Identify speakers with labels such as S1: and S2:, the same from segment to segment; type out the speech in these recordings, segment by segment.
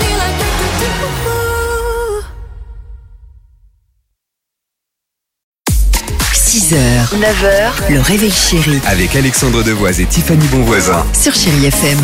S1: like do, do, do, do.
S2: 6h, 9h, le réveil chéri
S3: Avec Alexandre Devoise et Tiffany Bonvoisin.
S2: sur Chérie FM.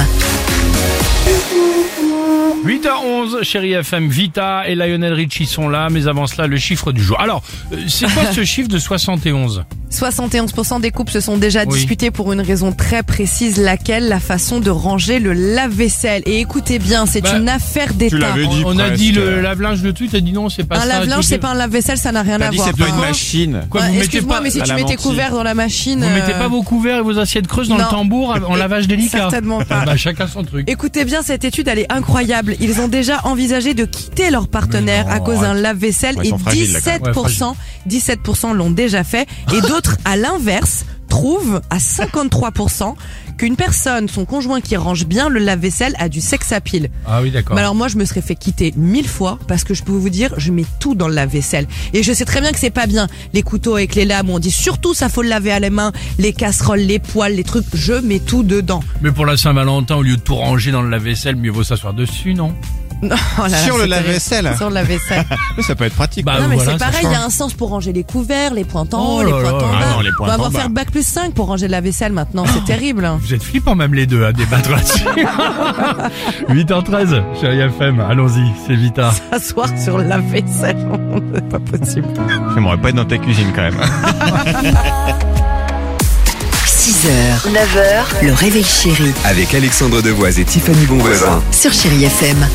S4: 8h11, chérie FM, Vita et Lionel Richie sont là, mais avant cela, le chiffre du jour. Alors, euh, c'est quoi ce chiffre de 71
S5: 71% des couples se sont déjà
S4: Oui.
S5: disputés pour une raison très précise, laquelle la façon de ranger le lave-vaisselle. Et écoutez bien, c'est
S4: Bah,
S5: une affaire d'État.
S6: l'avais
S4: on,
S6: dit
S4: on a
S6: presque.
S4: dit le lave-linge, le truc, t'as dit non, c'est pas
S5: Un
S4: ça.
S5: lave-linge,
S4: tout
S5: Ah, c'est
S4: est-
S5: pas un lave-vaisselle, ça n'a rien
S6: T'as
S5: à
S6: dit
S5: voir.
S6: c'est pas une
S5: Enfin,
S6: machine.
S4: Quoi,
S5: ouais,
S4: vous mettez
S5: Excuse-moi,
S4: pas,
S5: mais si
S6: Elle
S5: tu
S6: a
S5: mets tes
S6: menti.
S5: couverts dans la machine,
S4: vous
S5: euh,
S4: mettez pas vos couverts et vos assiettes creuses dans le
S5: non.
S4: tambour en lavage délicat.
S5: certainement
S4: Ah
S5: pas.
S4: bah, chacun son truc.
S5: Écoutez bien, cette étude, elle est incroyable. Ils ont déjà envisagé de quitter leur partenaire
S4: Mais non,
S5: à cause d'un lave-vaisselle
S6: Ouais, ils
S5: et
S6: sont fragiles, là, quand
S5: 17%,
S4: même. Ouais, fragile.
S5: 17% l'ont déjà fait. Et d'autres, à l'inverse, trouvent à 53% qu'une personne, son conjoint qui range bien le lave-vaisselle a du sexe à pile.
S4: Ah oui, d'accord.
S5: Mais bah, alors moi, je me serais fait quitter mille fois parce que je peux vous dire, je mets tout dans le lave-vaisselle. Et je sais très bien que c'est pas bien. Les couteaux avec les lames, on dit surtout ça faut le laver à la main, les casseroles, les poils, les trucs, je mets tout dedans.
S4: Mais pour la Saint-Valentin, au lieu de tout ranger dans le lave-vaisselle, mieux vaut s'asseoir dessus, non
S5: Non, oh là là,
S6: Sur le
S5: c'est terrible.
S6: lave-vaisselle.
S5: Sur le lave-vaisselle.
S6: Ça peut être pratique.
S4: Bah,
S5: non, mais
S4: voilà,
S5: c'est
S4: ça
S5: pareil, hein. il
S4: change.
S5: y a un sens pour ranger les couverts, les pointes en haut,
S4: Oh
S5: les
S4: là
S5: pointes
S4: là.
S5: en bas.
S6: Ah non, les
S5: On
S6: pointes
S5: va
S6: en
S5: avoir
S6: bas.
S5: faire bac plus 5 pour ranger le lave-vaisselle maintenant, c'est terrible.
S4: Vous êtes flippants même les deux à débattre là-dessus. 8h13, chérie FM, allons-y, c'est Vita.
S5: S'asseoir sur le lave-vaisselle, c'est pas possible.
S6: J'aimerais pas être dans ta cuisine quand même.
S2: 6h, 9h, le réveil chéri
S3: Avec Alexandre Devoise et Tiffany Bonvoisin.
S2: sur Chérie FM.